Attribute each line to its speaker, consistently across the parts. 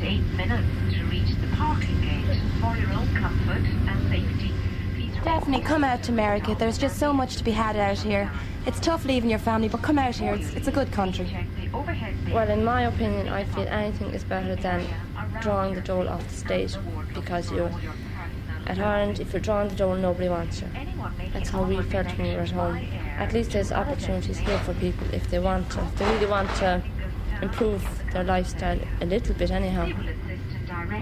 Speaker 1: minutes to reach the parking gate. For your own comfort and safety, please.
Speaker 2: Daphne, come out to America. There's just so much to be had out here. It's tough leaving your family, but come out here. It's, it's a good country.
Speaker 1: Check the
Speaker 3: Uh,
Speaker 1: overhead bin.
Speaker 4: Well, in my opinion, I feel anything is better than drawing the doll off the stage because you, at Ireland, if you're drawing the doll, nobody wants you. That's how we felt when we were at home. At least there's opportunities here for people if they want to, if they really want to improve their lifestyle a little bit, anyhow.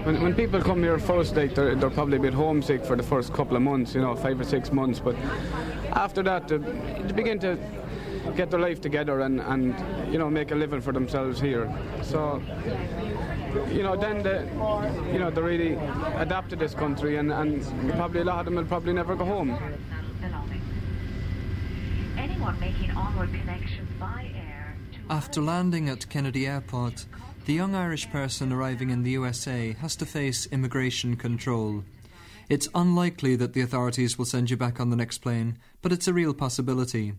Speaker 5: When, when people come here first, they, they're, they're probably a bit homesick for the first couple of months, you know, five or six months. But after that, they, they begin to get their life together and, and, you know, make a living for themselves here. So, you know, then they, you know, they really adapt to this country and, and probably a lot of them will probably never go home.
Speaker 1: Anyone making onward connections by air to
Speaker 6: After landing at Kennedy Airport, the young Irish person arriving in the USA has to face immigration control. It's unlikely that the authorities will send you back on the next plane, but it's a real possibility.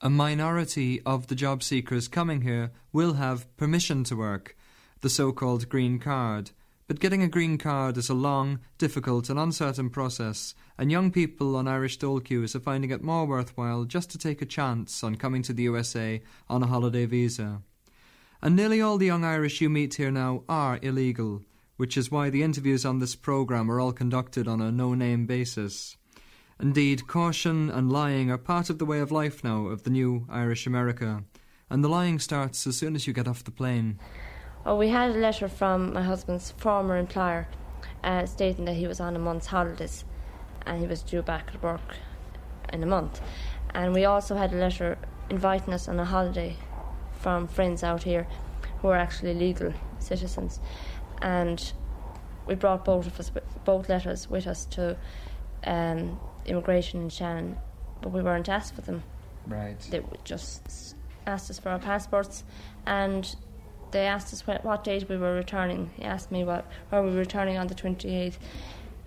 Speaker 6: A minority of the job seekers coming here will have permission to work, the so called green card. But getting a green card is a long, difficult, and uncertain process, and young people on Irish dole queues are finding it more worthwhile just to take a chance on coming to the USA on a holiday visa. And nearly all the young Irish you meet here now are illegal, which is why the interviews on this programme are all conducted on a no name basis. Indeed, caution and lying are part of the way of life now of the new Irish America, and the lying starts as soon as you get off the plane.
Speaker 4: Oh, we had a letter from my husband's former employer uh, stating that he was on a month's holidays and he was due back at work in a month. And we also had a letter inviting us on a holiday from friends out here who are actually legal citizens. And we brought both of us, both letters with us to um, immigration in Shannon, but we weren't asked for them
Speaker 6: Right.
Speaker 4: they w- just s- asked us for our passports and they asked us what, what date we were returning. He asked me what where we were returning on the 28th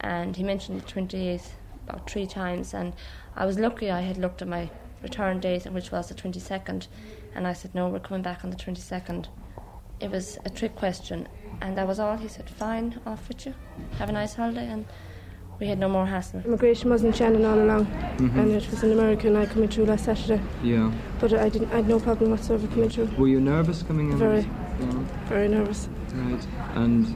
Speaker 4: and he mentioned the 28th about three times and I was lucky I had looked at my return date which was the 22nd and I said no we're coming back on the 22nd. It was a trick question and that was all. He said fine off with you. Have a nice holiday and we had no more hassle.
Speaker 7: Immigration was in Shannon all along, and it was in America, and I coming through last Saturday.
Speaker 6: Mm-hmm. Yeah.
Speaker 7: But I didn't, I had no problem whatsoever coming through.
Speaker 6: Were you nervous coming in?
Speaker 7: Very.
Speaker 6: Yeah.
Speaker 7: Very nervous.
Speaker 6: Right. And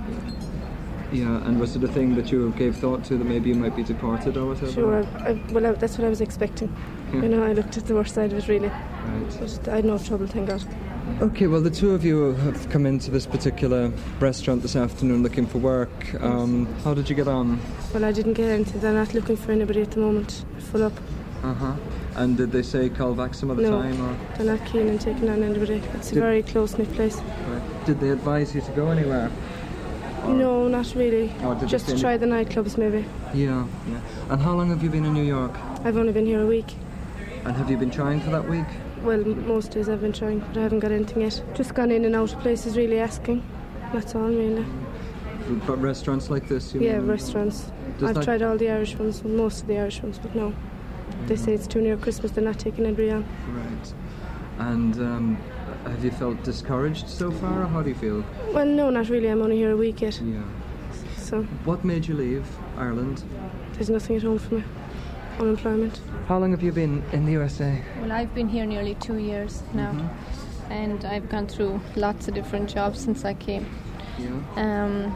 Speaker 6: yeah, and was it a thing that you gave thought to that maybe you might be deported or whatever?
Speaker 7: Sure, I, I, well, I, that's what I was expecting. You know, I looked at the worst side of it really,
Speaker 6: Right.
Speaker 7: but I had no trouble, thank God.
Speaker 6: Okay, well, the two of you have come into this particular restaurant this afternoon looking for work. Um, how did you get on?
Speaker 7: Well, I didn't get anything. They're not looking for anybody at the moment. Full up.
Speaker 6: Uh huh. And did they say call back some other
Speaker 7: No.
Speaker 6: time? Or,
Speaker 7: They're not keen on taking on anybody. It's a
Speaker 6: Did-
Speaker 7: very close-knit place.
Speaker 6: right. Did they advise you to go anywhere?
Speaker 7: No, not really.
Speaker 6: Or Oh, did they
Speaker 7: Just
Speaker 6: say
Speaker 7: to
Speaker 6: any-
Speaker 7: try the nightclubs, maybe.
Speaker 6: Yeah, yeah. And how long have you been in New York?
Speaker 7: I've only been here a week.
Speaker 6: And have you been trying for that week?
Speaker 7: Well, m- most days I've been trying, but I haven't got anything yet. Just gone in and out of places, really asking. That's all, really.
Speaker 6: But restaurants like this? You
Speaker 7: Yeah,
Speaker 6: mean?
Speaker 7: restaurants.
Speaker 6: Does
Speaker 7: I've
Speaker 6: that-
Speaker 7: tried all the Irish ones, most of the Irish ones, but no. They say it's too near Christmas, they're not taking anybody on.
Speaker 6: Right. And um, have you felt discouraged so far, or how do you feel?
Speaker 7: Well, no, not really. I'm only here a week yet,
Speaker 6: Yeah.
Speaker 7: so
Speaker 6: What made you leave Ireland?
Speaker 7: there's nothing at home for me. Unemployment.
Speaker 6: How long have you been in the USA?
Speaker 8: Well, I've been here nearly two years now, and I've gone through lots of different jobs since I came.
Speaker 6: Yeah.
Speaker 8: Um,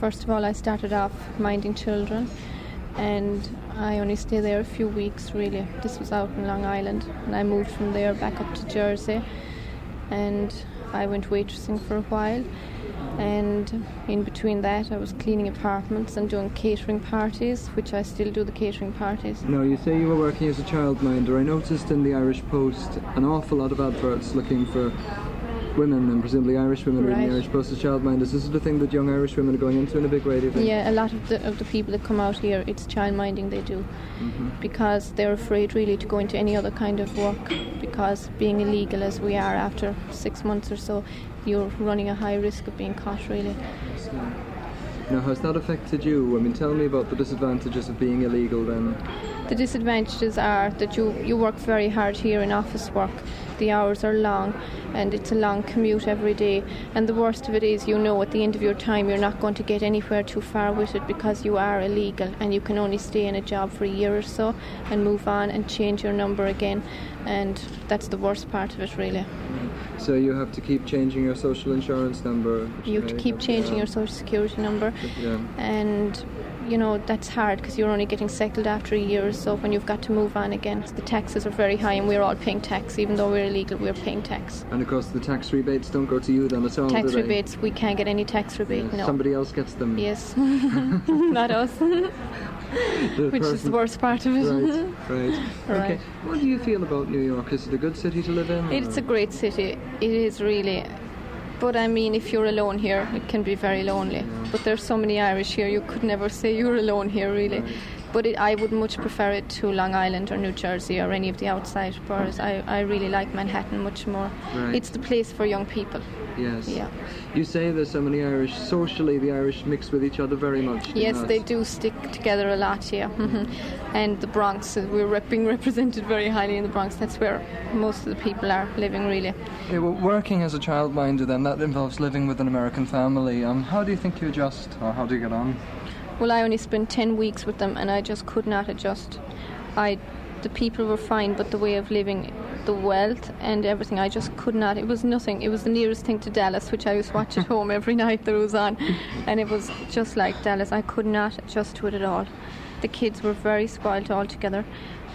Speaker 8: first of all, I started off minding children, and I only stayed there a few weeks really. This was out in Long Island, and I moved from there back up to Jersey, and I went waitressing for a while. And in between that, I was cleaning apartments and doing catering parties, which I still do the catering parties.
Speaker 6: No, you say you were working as a childminder. I noticed in the Irish Post an awful lot of adverts looking for women, and presumably Irish women are in
Speaker 8: Right.
Speaker 6: the Irish Post as childminders. Is it a thing that young Irish women are going into in a big way, do you think?
Speaker 8: Yeah, a lot of the, of the people that come out here, it's childminding they do because they're afraid really to go into any other kind of work because being illegal as we are after six months or so, you're running a high risk of being caught really.
Speaker 6: Now, has that affected you? I mean, tell me about the disadvantages of being illegal then.
Speaker 8: The disadvantages are that you, you work very hard here in office work. The hours are long and it's a long commute every day. And the worst of it is, you know, at the end of your time, you're not going to get anywhere too far with it because you are illegal and you can only stay in a job for a year or so and move on and change your number again. And that's the worst part of it, really.
Speaker 6: So you have to keep changing your social insurance number. which
Speaker 8: You have to
Speaker 6: may
Speaker 8: keep changing
Speaker 6: yeah.
Speaker 8: your social security number.
Speaker 6: Yeah.
Speaker 8: and you know that's hard because you're only getting settled after a year or so when you've got to move on again the taxes are very high and we're all paying tax even though we're illegal we're paying tax
Speaker 6: And of course, the tax rebates don't go to you then at all.
Speaker 8: tax
Speaker 6: do they?
Speaker 8: rebates we can't get any tax rebate no
Speaker 6: Somebody else gets them.
Speaker 8: yes not us
Speaker 6: The
Speaker 8: which is
Speaker 6: person-
Speaker 8: the worst part of it
Speaker 6: Right, right. Okay.
Speaker 8: Right.
Speaker 6: What do you feel about New York? Is it a good city to live in?
Speaker 8: it's
Speaker 6: or-
Speaker 8: a great city it is really but I mean, if you're alone here, it can be very lonely. But there's so many Irish here, you could never say you're alone here, really. But it, I would much prefer it to Long Island or New Jersey or any of the outside boroughs. I, I really like Manhattan much more.
Speaker 6: Right.
Speaker 8: It's the place for young people.
Speaker 6: Yes.
Speaker 8: Yeah.
Speaker 6: You say there's so many Irish. Socially, the Irish mix with each other very much. do
Speaker 8: Yes,
Speaker 6: not?
Speaker 8: they do stick together a lot here. Mhm. and the Bronx, uh, we're rep- being represented very highly in the Bronx. That's where most of the people are living, really.
Speaker 6: Okay, well, working as a childminder, then that involves living with an American family. Um, how do you think you adjust, or how do you get on?
Speaker 8: Well, I only spent 10 weeks with them and I just could not adjust. I, the people were fine, but the way of living, the wealth and everything, I just could not. It was nothing. It was the nearest thing to Dallas, which I used to watch at home every night that it was on. And it was just like Dallas. I could not adjust to it at all. The kids were very spoilt altogether.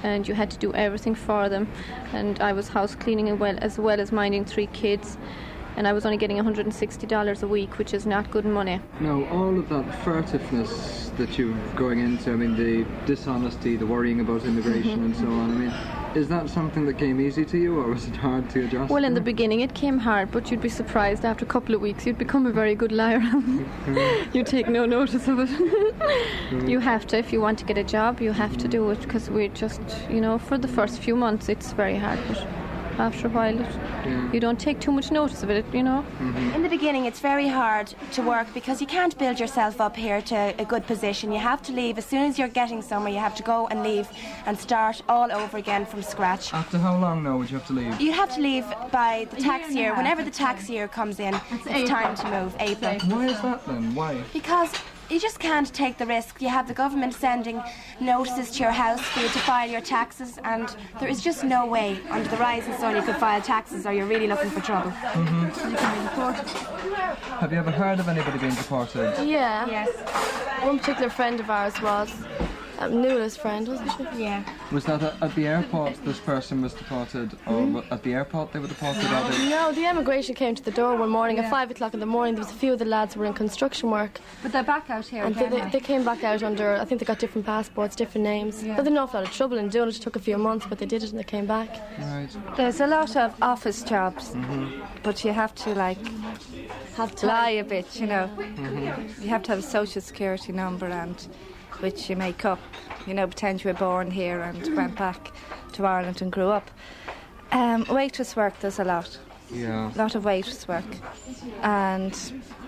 Speaker 8: And you had to do everything for them. And I was house cleaning as well as, well as minding three kids. And I was only getting $160 a week, which is not good money.
Speaker 6: Now, all of that furtiveness that you're going into, I mean, the dishonesty, the worrying about
Speaker 8: Mm-hmm.
Speaker 6: immigration and so on, I mean, is that something that came easy to you, or was it hard to adjust?
Speaker 8: Well,
Speaker 6: to?
Speaker 8: in the beginning it came hard, but you'd be surprised after a couple of weeks you'd become a very good liar. you take no notice of it. you have to, if you want to get a job, you have to do it because we're just, you know, for the first few months it's very hard, but after a while it, you don't take too much notice of it, you know.
Speaker 2: In the beginning, it's very hard to work because you can't build yourself up here to a good position. You have to leave. As soon as you're getting somewhere, you have to go and leave and start all over again from scratch.
Speaker 6: After how long now would you have to leave?
Speaker 2: You have to leave by the tax year. Whenever the tax year comes in, it's time to move, April.
Speaker 6: Why is that then? Why?
Speaker 2: Because you just can't take the risk. You have the government sending notices to your house for you to file your taxes, and there is just no way under the rising sun you could file taxes, or you're really looking for trouble.
Speaker 9: Mm-hmm.
Speaker 6: Have you ever heard of anybody being deported?
Speaker 9: Yeah.
Speaker 2: Yes.
Speaker 9: One particular friend of ours was um, Nula's friend, wasn't she?
Speaker 2: Yeah.
Speaker 6: Was that at, at the airport this person was deported, or wa-
Speaker 8: Mm-hmm.
Speaker 6: at the airport they were deported? Or they-
Speaker 9: No, the emigration came to the door one morning at five o'clock in the morning. There was a few of the lads who were in construction work,
Speaker 10: But they're back out here
Speaker 9: and they,
Speaker 10: again.
Speaker 9: they, they came back out under. I think they got different passports, different names. They had an awful lot of trouble in doing it. It took a few months, but they did it and they came back.
Speaker 6: Right. Mm-hmm.
Speaker 10: There's a lot of office jobs, but you have to like
Speaker 9: Have to
Speaker 10: lie a bit, you know.
Speaker 6: Mm-hmm.
Speaker 10: You have to have a social security number and which you make up, you know, pretend you were born here and went back to Ireland and grew up. Um, waitress work there's a lot,
Speaker 6: Yeah.
Speaker 10: a lot of waitress work, and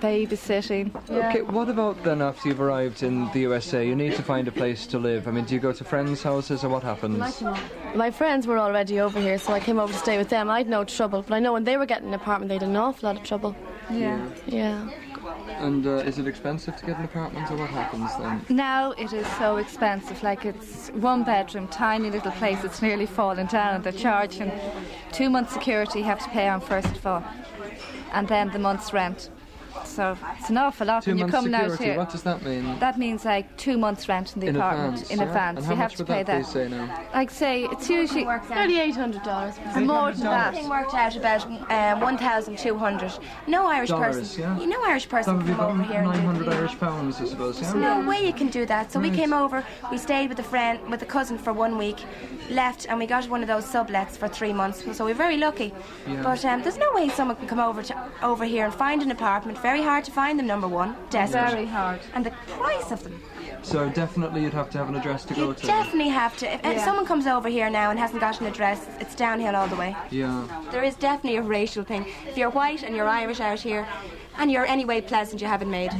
Speaker 10: babysitting.
Speaker 6: Okay, what about then after you've arrived in the USA? You need to find a place to live. I mean, do you go to friends' houses or what happens?
Speaker 9: My friends were already over here, so I came over to stay with them. I'd no trouble, but I know when they were getting an apartment, they had an awful lot of trouble.
Speaker 10: yeah.
Speaker 9: Yeah.
Speaker 6: And uh, is it expensive to get an apartment or what happens then?
Speaker 10: Now it is so expensive. Like it's one bedroom, tiny little place. It's nearly falling down, and they're charging two months security you have to pay on first of all, and then the month's rent. So it's an awful lot
Speaker 6: Two
Speaker 10: when you
Speaker 6: months
Speaker 10: come out
Speaker 6: security,
Speaker 10: here.
Speaker 6: what does that mean?
Speaker 10: That means like two months' rent in the
Speaker 6: In
Speaker 10: apartment
Speaker 6: advance,
Speaker 10: in
Speaker 6: yeah?
Speaker 10: advance.
Speaker 6: And how
Speaker 10: you have
Speaker 6: much
Speaker 10: to
Speaker 6: would
Speaker 10: pay
Speaker 6: that be,
Speaker 10: that.
Speaker 6: say now?
Speaker 10: Like say it's usually
Speaker 9: Thirty-eight hundred dollars.
Speaker 10: more than
Speaker 2: Everything
Speaker 10: that.
Speaker 2: worked out about um, 1,200. No Irish
Speaker 6: Dollars,
Speaker 2: person.
Speaker 6: yeah.
Speaker 2: You know, Irish
Speaker 6: That
Speaker 2: person
Speaker 6: would be
Speaker 2: can come
Speaker 6: about
Speaker 2: over here and do
Speaker 6: 900
Speaker 2: the-
Speaker 6: Irish pounds, I suppose, yeah?
Speaker 2: No way you can do that. So we came over, we stayed with a friend, with a cousin for one week, left, and we got one of those sublets for three months. So we're very lucky. But um, there's no way someone can come over to over here and find an apartment. Very hard to find them. Number one, desperate.
Speaker 10: Very hard.
Speaker 2: And the price of them.
Speaker 6: So definitely you'd have to have an address to
Speaker 2: You
Speaker 6: go to.
Speaker 2: definitely have to. If, if someone comes over here now and hasn't got an address, it's downhill all the way.
Speaker 6: Yeah.
Speaker 2: There is definitely a racial thing. If you're white and you're Irish out here, and you're anyway pleasant, you haven't made.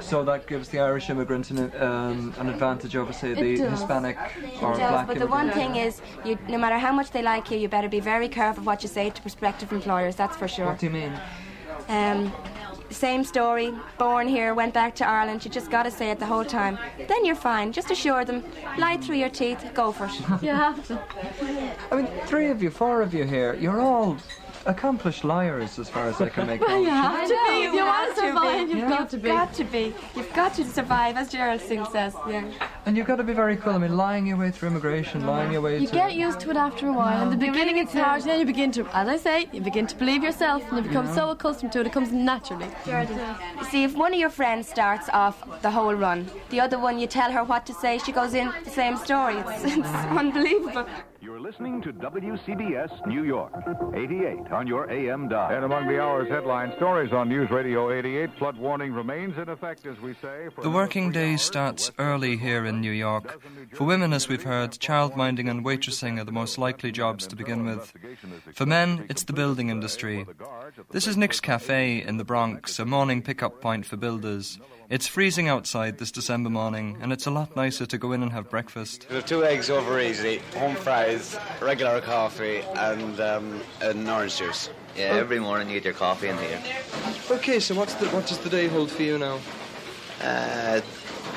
Speaker 6: So that gives the Irish immigrant an, um, an advantage over, say, the
Speaker 2: It does.
Speaker 6: Hispanic
Speaker 2: It
Speaker 6: or
Speaker 2: does,
Speaker 6: black
Speaker 2: but the
Speaker 6: immigrant.
Speaker 2: one thing is, you, no matter how much they like you, you better be very careful what you say to prospective employers. That's for sure.
Speaker 6: What do you mean?
Speaker 2: Um, same story. Born here, went back to Ireland. You just got to say it the whole time. Then you're fine. Just assure them. Lie through your teeth. Go for it.
Speaker 11: You have to.
Speaker 6: I mean, three of you, four of you here, you're all accomplished liars as far as I can make
Speaker 2: Well,
Speaker 6: out.
Speaker 2: you have to be.
Speaker 11: You want to survive, you've got to be.
Speaker 2: Got to be. You've got to survive, as Geraldine says. Yeah.
Speaker 6: And you've got to be very cool. I mean, lying your way through immigration, lying your way
Speaker 9: You
Speaker 6: to...
Speaker 9: get used to it after a while. In the beginning, it's hard, and then you begin to, as I say, you begin to believe yourself, and you become
Speaker 6: Yeah.
Speaker 9: so accustomed to it, it comes naturally.
Speaker 2: You see, if one of your friends starts off the whole run, the other one you tell her what to say, she goes in the same story. It's, it's unbelievable.
Speaker 12: You're listening to WCBS New York, 88 on your AM dial. And among the hour's headline stories on News Radio 88, flood warning remains in effect, as we say. For
Speaker 13: The working day starts early here in New York. For women, as we've heard, childminding and waitressing are the most likely jobs to begin with. For men, it's the building industry. This is Nick's Cafe in the Bronx, a morning pickup point for builders. It's freezing outside this December morning, and it's a lot nicer to go in and have breakfast.
Speaker 14: We have two eggs over easy, home fries, regular coffee, and um, an orange juice.
Speaker 15: Yeah, every morning you get your coffee in here.
Speaker 6: Okay, so what's the, what does the day hold for you now?
Speaker 15: Uh,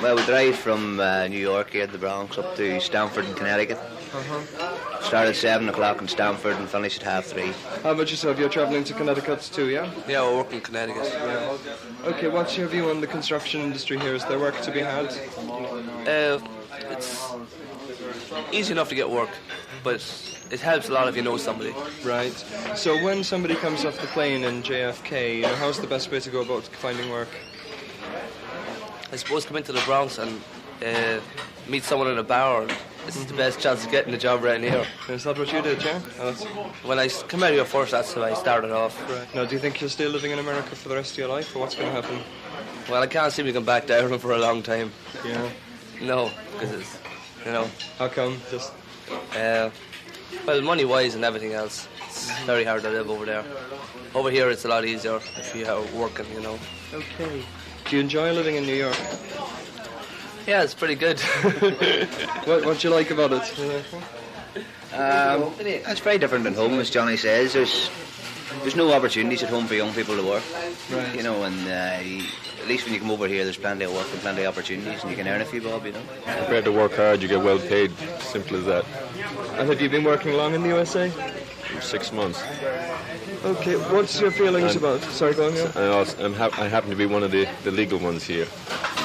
Speaker 15: well, we drive from uh, New York here, the Bronx, up to Stamford in Connecticut.
Speaker 6: Uh-huh.
Speaker 15: Start at 7 o'clock in Stamford and finish at half 3.
Speaker 6: How about yourself? You're travelling to Connecticut too, yeah?
Speaker 15: Yeah, we work in Connecticut.
Speaker 6: Okay, what's your view on the construction industry here? Is there work to be had?
Speaker 16: Uh, it's easy enough to get work, but it helps a lot if you know somebody.
Speaker 6: Right. So when somebody comes off the plane in JFK, you know, how's the best way to go about finding work?
Speaker 16: I suppose come into the Bronx and uh, meet someone in a bar. and This is the best chance of getting a job right here.
Speaker 6: Is that what you did, yeah? Oh, that's-
Speaker 16: When I s- come out here first, that's how I started off.
Speaker 6: Right. Now, do you think you'll stay living in America for the rest of your life, or what's going to happen?
Speaker 16: Well, I can't see me going back to Ireland for a long time.
Speaker 6: Yeah.
Speaker 16: No, because it's, you know.
Speaker 6: How come? Just.
Speaker 16: Uh, well, money wise and everything else, it's
Speaker 6: Mm-hmm.
Speaker 16: very hard to live over there. Over here, it's a lot easier if you are working, you know.
Speaker 6: Okay. Do you enjoy living in New York?
Speaker 16: Yeah, it's pretty good.
Speaker 6: what What do you like about it?
Speaker 15: Um, it's very different than home, as Johnny says. There's there's no opportunities at home for young people to work.
Speaker 6: Right.
Speaker 15: You know, and uh, you- at least when you come over here, there's plenty of work and plenty of opportunities, and you can earn a few bob, you know.
Speaker 17: Prepared to work hard, you get well paid. Simple as that.
Speaker 6: And have you been working long in the USA?
Speaker 17: Six months.
Speaker 6: Okay. What's your feelings
Speaker 17: And-
Speaker 6: about? Sorry, go on. yeah?
Speaker 17: I, also, I'm hap- I happen to be one of the, the legal ones here.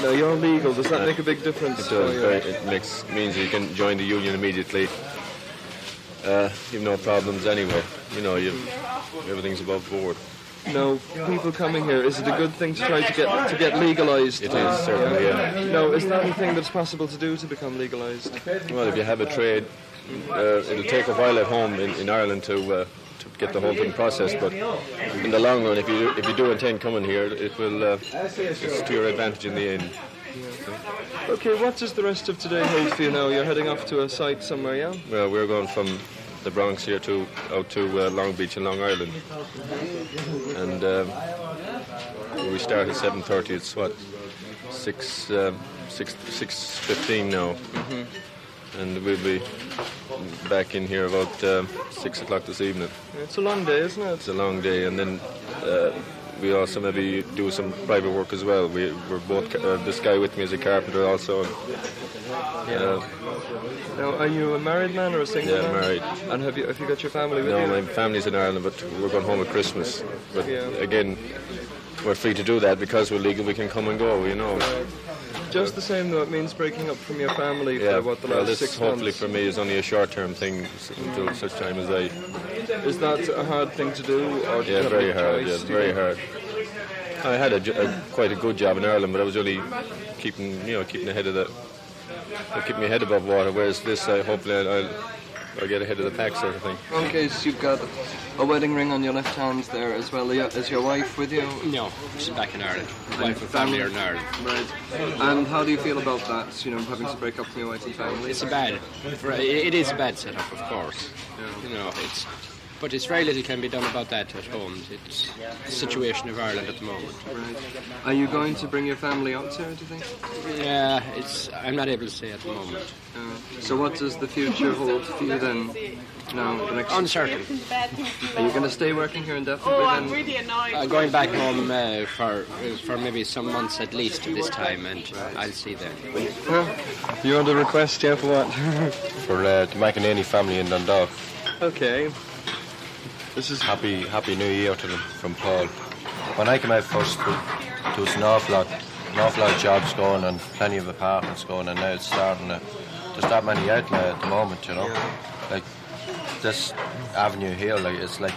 Speaker 6: No, you're legal. Does that
Speaker 17: Uh,
Speaker 6: make a big difference?
Speaker 17: It
Speaker 6: for
Speaker 17: does.
Speaker 6: you?
Speaker 17: Very, it makes, means you can join the union immediately. Uh, you've no problems anyway. You know, you everything's above board.
Speaker 6: No, people coming here. Is it a good thing to try to get to get legalized?
Speaker 17: It is, certainly, yeah.
Speaker 6: No, is that a thing that's possible to do to become legalized?
Speaker 17: Well, if you have a trade, uh, it'll take a while at home in, in Ireland to uh, to get the whole thing processed. But in the long run, if you do, if you do intend coming here, it will uh, it's to your advantage in the end.
Speaker 6: Okay, what does the rest of today hold for you now? You're heading off to a site somewhere, yeah?
Speaker 17: Well, we're going from the Bronx here to out to uh, Long Beach and Long Island, and um, we start at 7:30. It's what six um, six six fifteen now,
Speaker 6: Mhm.
Speaker 17: and we'll be back in here about um, six o'clock this evening.
Speaker 6: It's a long day, isn't it?
Speaker 17: It's a long day, and then uh, we also maybe do some private work as well. We, we're both. ca- Uh, this guy with me is a carpenter also. Uh, Yeah.
Speaker 6: Now, are you a married man or a single
Speaker 17: Yeah,
Speaker 6: man?
Speaker 17: married.
Speaker 6: And have you have you got your family with
Speaker 17: No,
Speaker 6: you?
Speaker 17: my family's in Ireland, but we're going home at Christmas. But
Speaker 6: Yeah.
Speaker 17: again, we're free to do that because we're legal. We can come and go, you know.
Speaker 6: Just the same though, it means breaking up from your family
Speaker 17: yeah.
Speaker 6: for what the
Speaker 17: well,
Speaker 6: last
Speaker 17: this
Speaker 6: six
Speaker 17: hopefully
Speaker 6: months.
Speaker 17: for me is only a short-term thing s- until such time as I.
Speaker 6: Is that a hard thing to do, or do you
Speaker 17: Yeah,
Speaker 6: have
Speaker 17: very
Speaker 6: any
Speaker 17: hard. Yeah,
Speaker 6: choice?
Speaker 17: very hard. I had a, jo- a quite a good job in Ireland, but I was only keeping, you know, keeping ahead of the, keeping my head above water. Whereas this, I hopefully I'll, I'll get ahead of the pack, sort of thing.
Speaker 6: In case you've got a wedding ring on your left hand there as well. Is your wife with you?
Speaker 18: No, she's back in Ireland. Wife and family are in Ireland.
Speaker 6: Right. And how do you feel about that? You know, having to break up from your wife and family.
Speaker 18: It's a bad. for- It is a bad setup, of course. You know, it's
Speaker 19: But it's very little can be done about that at home. It's the situation of Ireland at the moment.
Speaker 6: Right. Are you going to bring your family out there, do you think? Uh,
Speaker 19: Yeah, it's. I'm not able to say at the moment.
Speaker 6: So what does the future hold for you then? Now, the next
Speaker 19: Uncertain.
Speaker 6: Are you going to stay working here indefinitely? then?
Speaker 20: Oh, annoyed.
Speaker 19: Uh, going back home uh, for uh, for maybe some months at least at this time, and I'll see then.
Speaker 6: You want a request, yeah, for what?
Speaker 21: for uh, the McEnany family in Dundalk.
Speaker 6: okay.
Speaker 21: This is happy, happy New Year to them from Paul. When I came out first, there was an awful lot, an awful lot of jobs going and plenty of apartments going, and now it's starting to. There's not many out now at the moment, you know. Like this avenue here, like it's like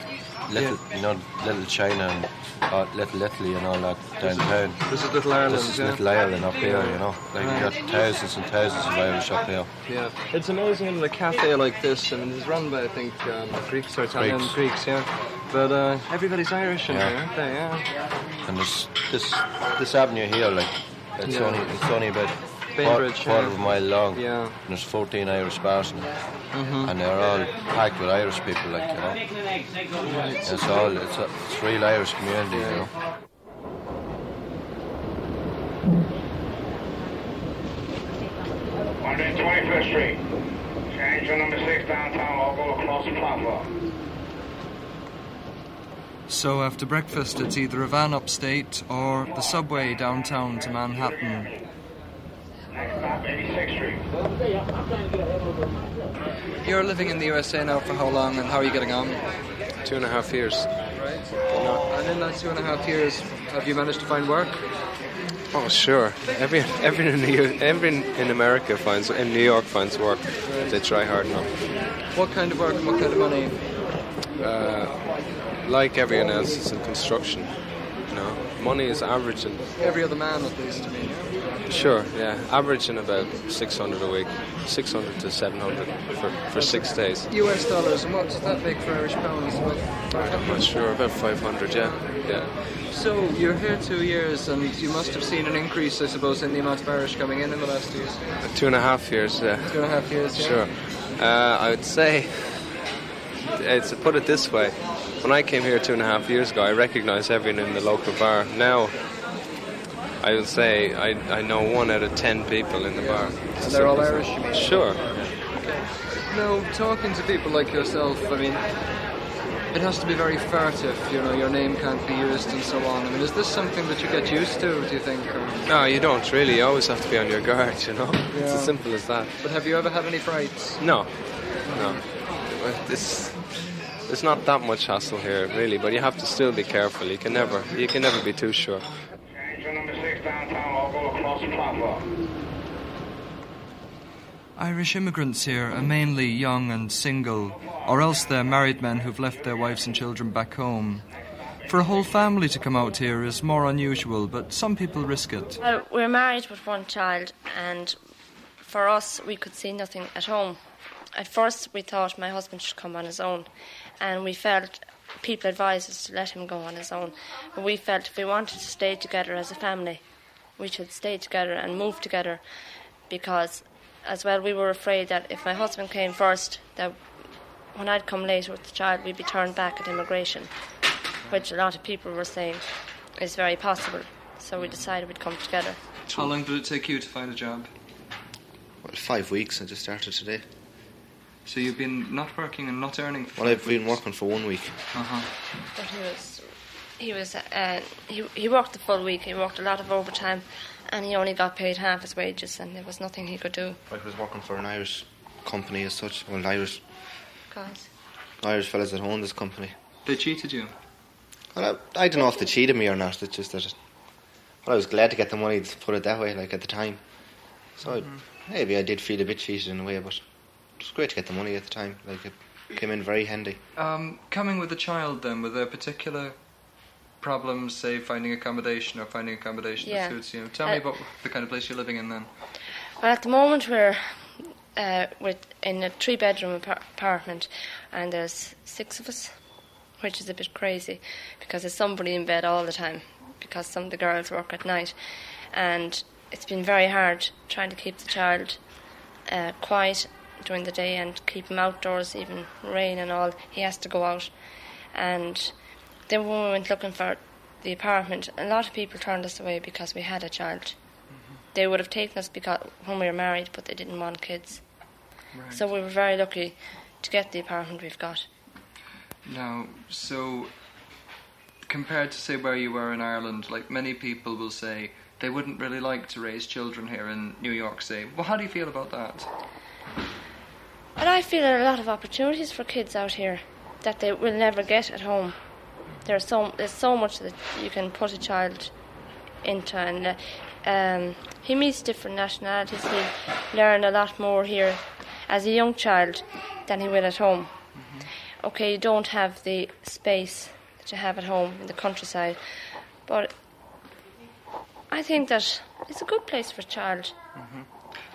Speaker 21: little, you know, little China and uh, little Italy and all that downtown.
Speaker 6: This is Little Ireland,
Speaker 21: This is
Speaker 6: yeah.
Speaker 21: Little Ireland up here, you know. Like
Speaker 6: Right.
Speaker 21: you got thousands and thousands of Irish up here.
Speaker 6: Yeah, it's amazing that a cafe like this, I mean, it's run by, I think, um, Greeks or Italian
Speaker 21: Greeks.
Speaker 6: Greeks, yeah. But uh, everybody's Irish in
Speaker 21: Yeah.
Speaker 6: here, aren't they? Yeah.
Speaker 21: And this this this avenue here, like it's
Speaker 6: Yeah.
Speaker 21: only it's only about quarter,
Speaker 6: Bainbridge,
Speaker 21: quarter
Speaker 6: yeah.
Speaker 21: of a mile long.
Speaker 6: Yeah.
Speaker 21: And there's 14 Irish bars in it.
Speaker 6: Mhm.
Speaker 21: and they're all packed with Irish people, like you know. It's all it's a, it's a real Irish community, you know.
Speaker 22: On the 21st Street. Change to number 6 downtown. I'll go across the platform.
Speaker 23: So after breakfast, it's either a van upstate or the subway downtown to Manhattan.
Speaker 22: Next stop, 86th Street.
Speaker 6: You're living in the USA now for how long, and how are you getting on?
Speaker 18: Two and a half years.
Speaker 6: Right. And in that two and a half years, have you managed to find work?
Speaker 18: Oh, sure. Every, everyone, in the, U- everyone in America finds, in New York finds work. They try hard enough.
Speaker 6: What kind of work and what kind of money?
Speaker 18: Uh, like everyone else, it's in construction. You know, money is average and
Speaker 6: Every other man, at least, I mean.
Speaker 18: sure, yeah, average in about 600 a week, 600 to 700 for, for six days.
Speaker 6: US dollars, and what does that make for Irish pounds?
Speaker 18: I'm not sure about 500, yeah, yeah.
Speaker 6: So you're here two years, and you must have seen an increase, I suppose, in the amount of Irish coming in in the last two years.
Speaker 18: Two and a half years, yeah.
Speaker 6: Two and a half years, yeah.
Speaker 18: Sure. Uh, I would say, uh, to put it this way, when I came here two and a half years ago, I recognized everyone in the local bar. Now, I would say I, I know one out of ten people in the bar.
Speaker 6: So they're all Irish, you mean?
Speaker 18: Sure.
Speaker 6: No, talking to people like yourself, I mean, it has to be very furtive. You know, your name can't be used and so on. I mean, is this something that you get used to? Do you think? Or,
Speaker 18: No, you don't really. You always have to be on your guard, you know? It's
Speaker 6: Yeah.
Speaker 18: as simple as that.
Speaker 6: but have you ever had any frights?
Speaker 18: No, no. It's there's not that much hassle here, really. But you have to still be careful. You can never, you can never be too sure.
Speaker 22: Change to number 6 downtown. I'll go across the platform.
Speaker 23: Irish immigrants here are mainly young and single, or else they're married men who've left their wives and children back home. For a whole family to come out here is more unusual, but some people risk it.
Speaker 4: Well, we're married with one child, and for us, we could see nothing at home. At first, we thought my husband should come on his own, and we felt people advised us to let him go on his own. But we felt if we wanted to stay together as a family, we should stay together and move together, because as well, we were afraid that if my husband came first, that when I'd come later with the child, we'd be turned back at immigration, which a lot of people were saying is very possible. So we decided we'd come together.
Speaker 23: How long did it take you to find a job?
Speaker 24: Well, five weeks. I just started today.
Speaker 23: So you've been not working and not earning.
Speaker 24: Well, I've been working for one week.
Speaker 23: Uh-huh.
Speaker 4: But he was, he was, uh, he, he worked the full week. He worked a lot of overtime, and he only got paid half his wages, and there was nothing he could do.
Speaker 24: I was working for an Irish company as such. Well, an Irish
Speaker 4: Cause
Speaker 24: Irish fellas that own this company.
Speaker 23: They cheated you.
Speaker 24: Well, I, I don't know if they cheated me or not. It's just that. Well, I was glad to get the money to put it that way. Like at the time, so I-
Speaker 23: Mm-hmm.
Speaker 24: maybe I did feel a bit cheated in a way, but it was great to get the money at the time. Like it came in very handy.
Speaker 23: Um, coming with a child, then, were there particular problems, say finding accommodation or finding accommodation
Speaker 4: Yeah.
Speaker 23: that suits you? Tell
Speaker 4: I-
Speaker 23: me about the kind of place you're living in then.
Speaker 4: well, at the moment we're, uh, with in a three-bedroom apar- apartment, and there's six of us, which is a bit crazy, because there's somebody in bed all the time, because some of the girls work at night, and it's been very hard trying to keep the child uh, quiet during the day and keep him outdoors, even rain and all. He has to go out. And then when we went looking for the apartment, a lot of people turned us away because we had a child. They would have taken us because when we were married, but they didn't want kids. So we were very lucky to get the apartment we've got.
Speaker 6: Now, so compared to say where you were in Ireland, like many people will say they wouldn't really like to raise children here in New York. Say, well, how do you feel about that?
Speaker 4: And I feel there are a lot of opportunities for kids out here that they will never get at home. There's so there's so much that you can put a child into, and uh, um, he meets different nationalities. He learn a lot more here as a young child than he will at home. Okay, you don't have the space that you have at home in the countryside, but I think that it's a good place for a child.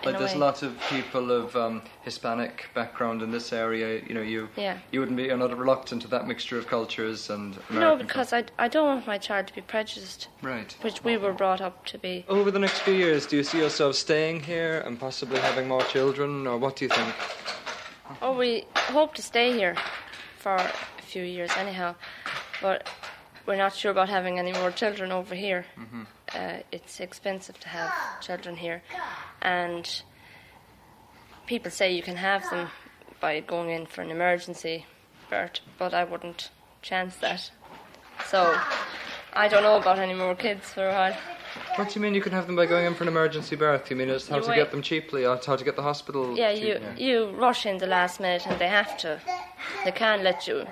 Speaker 6: Like
Speaker 4: a
Speaker 6: there's a
Speaker 4: way.
Speaker 6: lot of people of um, Hispanic background in this area. You know, you
Speaker 4: Yeah.
Speaker 6: you wouldn't be you're not reluctant to that mixture of cultures and
Speaker 4: No,
Speaker 6: American
Speaker 4: because I, I don't want my child to be prejudiced,
Speaker 6: right.
Speaker 4: which we were brought up to be.
Speaker 6: Over the next few years, do you see yourself staying here and possibly having more children, or what do you think?
Speaker 4: Oh, we hope to stay here for a few years anyhow, but we're not sure about having any more children over here.
Speaker 12: Mhm.
Speaker 4: Uh, it's expensive to have children here, and people say you can have them by going in for an emergency birth, but I wouldn't chance that. So I don't know about any more kids for a while.
Speaker 6: What do you mean you can have them by going in for an emergency birth? You mean it's how
Speaker 4: You
Speaker 6: to
Speaker 4: wait.
Speaker 6: get them cheaply, or it's how to get the hospital?
Speaker 4: Yeah,
Speaker 6: cheap-
Speaker 4: you you rush in the last minute, and they have to. They can't let you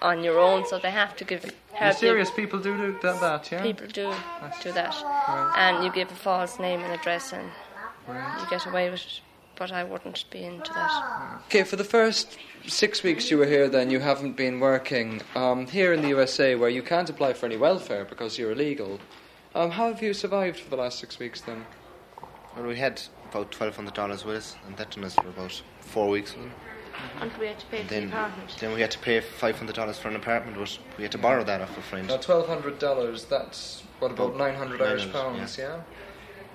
Speaker 4: on your own, so they have to give
Speaker 6: The
Speaker 4: help. you.
Speaker 6: serious people do, do that, that, yeah?
Speaker 4: People do do that, and you give a false name and address, and you get away with it. But I wouldn't be into that.
Speaker 6: Okay, for the first six weeks you were here, then you haven't been working. Um, here in the USA, where you can't apply for any welfare because you're illegal, um, how have you survived for the last six weeks then?
Speaker 24: Well, we had about twelve hundred dollars with us, and that done us for about four weeks. wasn't it?
Speaker 23: Mm-hmm.
Speaker 4: And we had to pay
Speaker 24: And then, then we had to pay five hundred dollars for an apartment, but we had to borrow that off a friend.
Speaker 6: Now, twelve hundred dollars. That's what
Speaker 24: About
Speaker 6: about Oh, nine hundred Irish
Speaker 24: 900,
Speaker 6: pounds, yeah.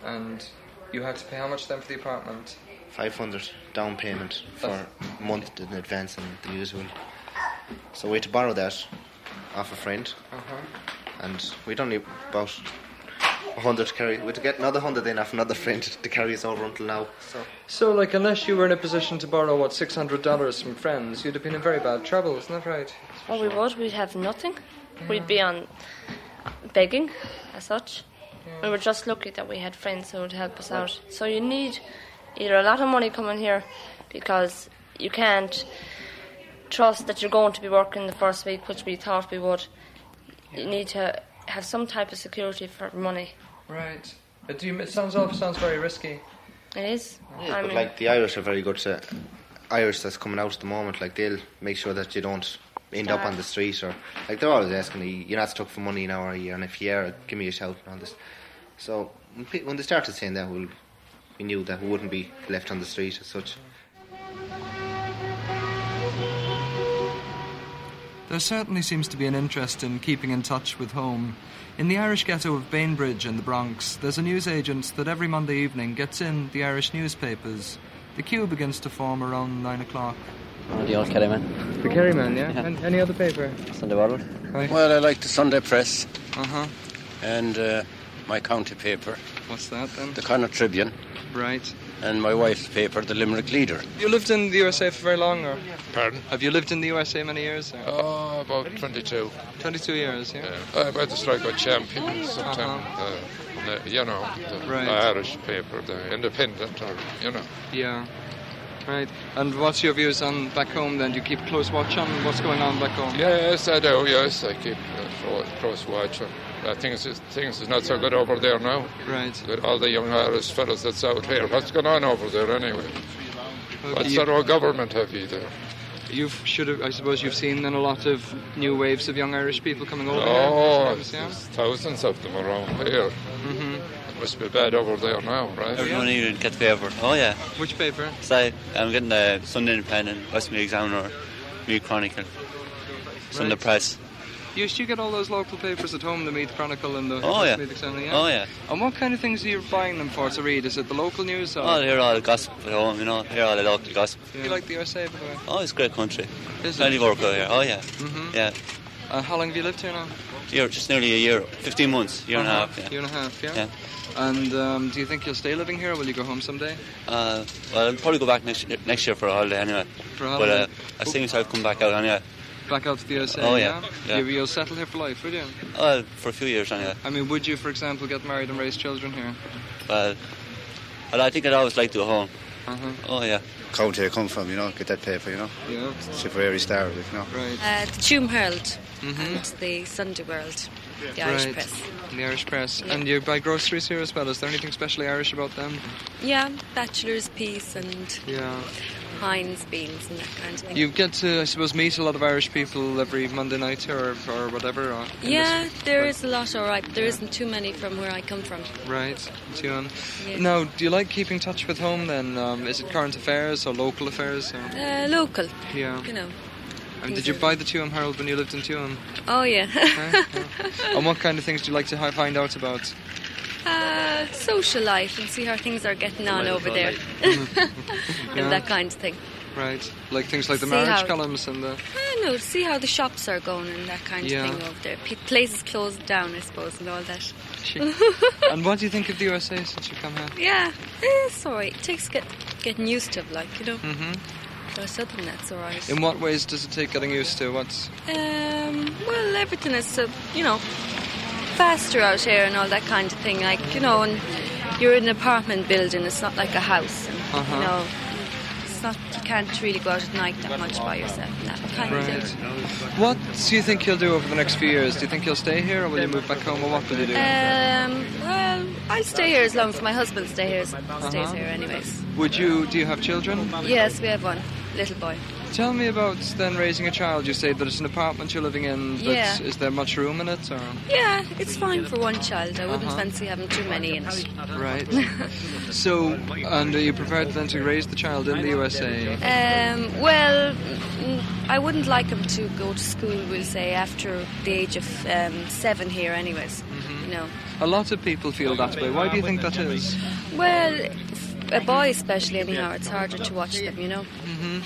Speaker 6: And you had to pay how much then for the apartment?
Speaker 24: Five hundred down payment for a month in advance and the usual. So we had to borrow that off a friend,
Speaker 6: Uh-huh.
Speaker 24: and we'd only about a hundred to carry. We had to get another hundred in off another friend to carry us over until now. So
Speaker 6: So, like, unless you were in a position to borrow what six hundred dollars from friends, you'd have been in very bad trouble, isn't that right?
Speaker 4: Oh, we would. We'd have nothing. We'd be on begging, as such. We were just lucky that we had friends who would help us out. So you need either a lot of money coming here, because you can't trust that you're going to be working the first week, which we thought we would. You need to have some type of security for money.
Speaker 6: Right. It, do you, it sounds all sounds very risky.
Speaker 4: It is. I
Speaker 24: but
Speaker 4: mean,
Speaker 24: like the Irish are very good to Irish that's coming out at the moment. Like they'll make sure that you don't end up
Speaker 4: Starve.
Speaker 24: on the street or like they're always asking you, you're not stuck for money now or you? And if you are, give me a shout and all this. So when, pe- when they started saying that, we, we knew that we wouldn't be left on the street as such.
Speaker 25: There certainly seems to be an interest in keeping in touch with home. In the Irish ghetto of Bainbridge in the Bronx, there's a newsagent that every Monday evening gets in the Irish newspapers. The queue begins to form around nine o'clock.
Speaker 26: The old Kerryman.
Speaker 6: The Kerryman, yeah. And any other paper?
Speaker 26: Sunday World.
Speaker 27: Well, I like the Sunday Press.
Speaker 6: Uh-huh.
Speaker 27: And uh, my county paper.
Speaker 6: What's that then?
Speaker 27: The Connaught Tribune.
Speaker 6: Right.
Speaker 27: And my wife's paper, the Limerick Leader.
Speaker 6: You lived in the USA for very long, or
Speaker 27: Pardon?
Speaker 6: have you lived in the USA many years? Or?
Speaker 27: Oh, about 22.
Speaker 6: 22 years, yeah.
Speaker 27: Uh, about the strike of champions, sometime, uh, the- you know, the
Speaker 6: Right.
Speaker 27: Irish paper, the Independent, or, you know.
Speaker 6: Yeah. Right. And what's your views on back home then? Do you keep close watch on what's going on back home?
Speaker 27: Yes, I do. Yes, I keep uh, clo- close watch. I think it's, things is not so good over there now.
Speaker 6: Right.
Speaker 27: With all the young Irish fellows that's out here. What's going on over there anyway?
Speaker 6: Well,
Speaker 27: What
Speaker 6: you-
Speaker 27: sort of a government have you there?
Speaker 6: You should have, I suppose, you've seen then a lot of new waves of young Irish people coming over.
Speaker 27: Oh,
Speaker 6: here, I suppose,
Speaker 27: there's thousands of them around here.
Speaker 6: Mhm.
Speaker 27: It must be bad over there now, right?
Speaker 26: Everyone evening gets paper. Oh yeah.
Speaker 6: Which paper?
Speaker 26: Say, I'm getting the Sunday Independent, Westmead Examiner, New Chronicle, Sunday
Speaker 6: Right.
Speaker 26: Press.
Speaker 6: Used you get all those local papers at home, the Meath Chronicle and the
Speaker 26: Oh, yeah.
Speaker 6: Meath Examiner?
Speaker 26: Oh, yeah.
Speaker 6: And what kind of things are you buying them for to read? Is it the local news? Or
Speaker 26: Oh, hear all the gossip at home, you know, hear all the local gossip.
Speaker 6: You like the USA, by the way?
Speaker 26: Oh, it's a great country.
Speaker 6: Is
Speaker 26: Plenty
Speaker 6: it?
Speaker 26: of work out here. Oh, yeah.
Speaker 6: Mhm.
Speaker 26: Yeah.
Speaker 6: Uh, how long have you lived here now?
Speaker 26: Year, just nearly a year, 15 months, year and a half. Yeah.
Speaker 6: Uh-huh. Year and a half, yeah.
Speaker 26: Yeah.
Speaker 6: And um, do you think you'll stay living here or will you go home someday?
Speaker 26: Uh, well, I'll probably go back next next year for a holiday anyway.
Speaker 6: For a
Speaker 26: But
Speaker 6: holiday?
Speaker 26: uh, I think myself come back out anyway.
Speaker 6: Back out to the USA?
Speaker 26: Oh, yeah, yeah.
Speaker 6: You, you'll settle here for life, will you?
Speaker 26: Oh, Well, for a few years anyway.
Speaker 6: I mean, would you, for example, get married and raise children here?
Speaker 26: Well, well I think I'd always like to go home.
Speaker 6: Uh-huh.
Speaker 26: Oh yeah.
Speaker 24: County I come from, you know, get that paper, you know.
Speaker 6: Yeah.
Speaker 24: See where he started, you know.
Speaker 6: Right.
Speaker 3: Uh, the Tomb Herald
Speaker 6: Mhm.
Speaker 3: and the Sunday World, the Irish
Speaker 6: right.
Speaker 3: Press.
Speaker 6: The Irish Press.
Speaker 3: Yeah.
Speaker 6: And you buy groceries here as well. Is there anything specially Irish about them?
Speaker 3: Yeah, bachelor's piece and
Speaker 6: Yeah.
Speaker 3: Heinz beans and that kind of thing.
Speaker 6: You get to, I suppose, meet a lot of Irish people every Monday night or, or whatever. Or in
Speaker 3: yeah,
Speaker 6: this-
Speaker 3: there
Speaker 6: like-
Speaker 3: is a lot, all right, but there not too many from where I come from.
Speaker 6: Right, Tion.
Speaker 3: Yeah.
Speaker 6: Now, do you like keeping touch with home then? Um, is it current affairs or local affairs? Or?
Speaker 3: Uh, local,
Speaker 6: Yeah.
Speaker 3: you know.
Speaker 6: And did you buy the Tuam Herald when you lived in Tuam?
Speaker 3: Oh, yeah.
Speaker 6: and what kind of things do you like to hi- find out about?
Speaker 3: uh, social life and see how things are getting on
Speaker 6: Might as
Speaker 3: over
Speaker 6: well,
Speaker 3: there.
Speaker 6: Yeah.
Speaker 3: And that kind of thing.
Speaker 6: Right, like things like the
Speaker 3: See
Speaker 6: marriage
Speaker 3: how-
Speaker 6: columns and the.
Speaker 3: I don't know, see how the shops are going and that kind
Speaker 6: Yeah.
Speaker 3: of thing over there. P- places closed down, I suppose, and all that.
Speaker 6: and what do you think of the USA since you come here?
Speaker 3: Yeah, eh, it's alright. It takes get, getting used to, it, like, you know.
Speaker 6: Mhm.
Speaker 3: But other than that's alright.
Speaker 6: In what ways does it take getting used to? What's
Speaker 3: Um, well, everything is, so, you know, faster out here and all that kind of thing. Like, you know, and you're in an apartment building, it's not like a house. And,
Speaker 6: Uh-huh.
Speaker 3: You know, it's not, you can't really go out at night that much by yourself. That kind of
Speaker 6: right?
Speaker 3: thing.
Speaker 6: What do you think you'll do over the next few years? Do you think you'll stay here, or will you move back home, or what will you do?
Speaker 3: Um, well, I stay here as long as my husband stay here, stays
Speaker 6: Uh-huh.
Speaker 3: here, anyways.
Speaker 6: Would you? Do you have children?
Speaker 3: Yes, we have one little boy.
Speaker 6: Tell me about then raising a child. You say that it's an apartment you're living in. But
Speaker 3: Yeah.
Speaker 6: Is there much room in it? Or?
Speaker 3: Yeah, it's fine for one child. I wouldn't
Speaker 6: Uh-huh.
Speaker 3: fancy having too many in it.
Speaker 6: Right. so, and are you prepared then to raise the child in the USA?
Speaker 3: Um, well, mm, I wouldn't like him to go to school, we'll say, after the age of um, seven here, anyways.
Speaker 6: Mm-hmm.
Speaker 3: You know.
Speaker 6: A lot of people feel that way. Why do you think that is?
Speaker 3: Well, f- a boy especially, anyhow, it's harder to watch them, you know. Mm-hmm.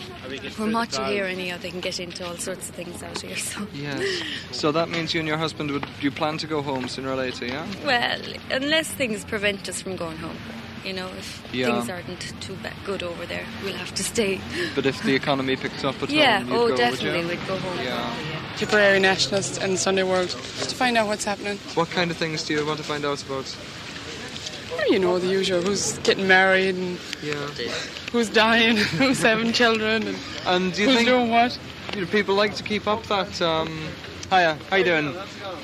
Speaker 3: From what you hear, anyhow, they can get into all sorts of things out here, so.
Speaker 6: Yes. So that means you and your husband would you plan to go home sooner or later, yeah?
Speaker 3: Well, unless things prevent us from going home. You know, if
Speaker 6: Yeah.
Speaker 3: things aren't too ba- good over there, we'll have to stay.
Speaker 6: But if the economy picks up at
Speaker 3: yeah,
Speaker 6: home, you'd
Speaker 3: oh,
Speaker 6: go,
Speaker 3: definitely,
Speaker 6: Would you?
Speaker 3: we'd go home.
Speaker 28: Tipperary Nationalist and Sunday World just to find out what's happening.
Speaker 6: What kind of things do you want to find out about?
Speaker 28: Well, You know the usual: who's getting married and
Speaker 6: Yeah.
Speaker 28: who's dying, who's having children, and,
Speaker 6: And do you
Speaker 28: who's
Speaker 6: think
Speaker 28: doing what.
Speaker 6: you know, people like to keep up that? Um, hiya, how you doing?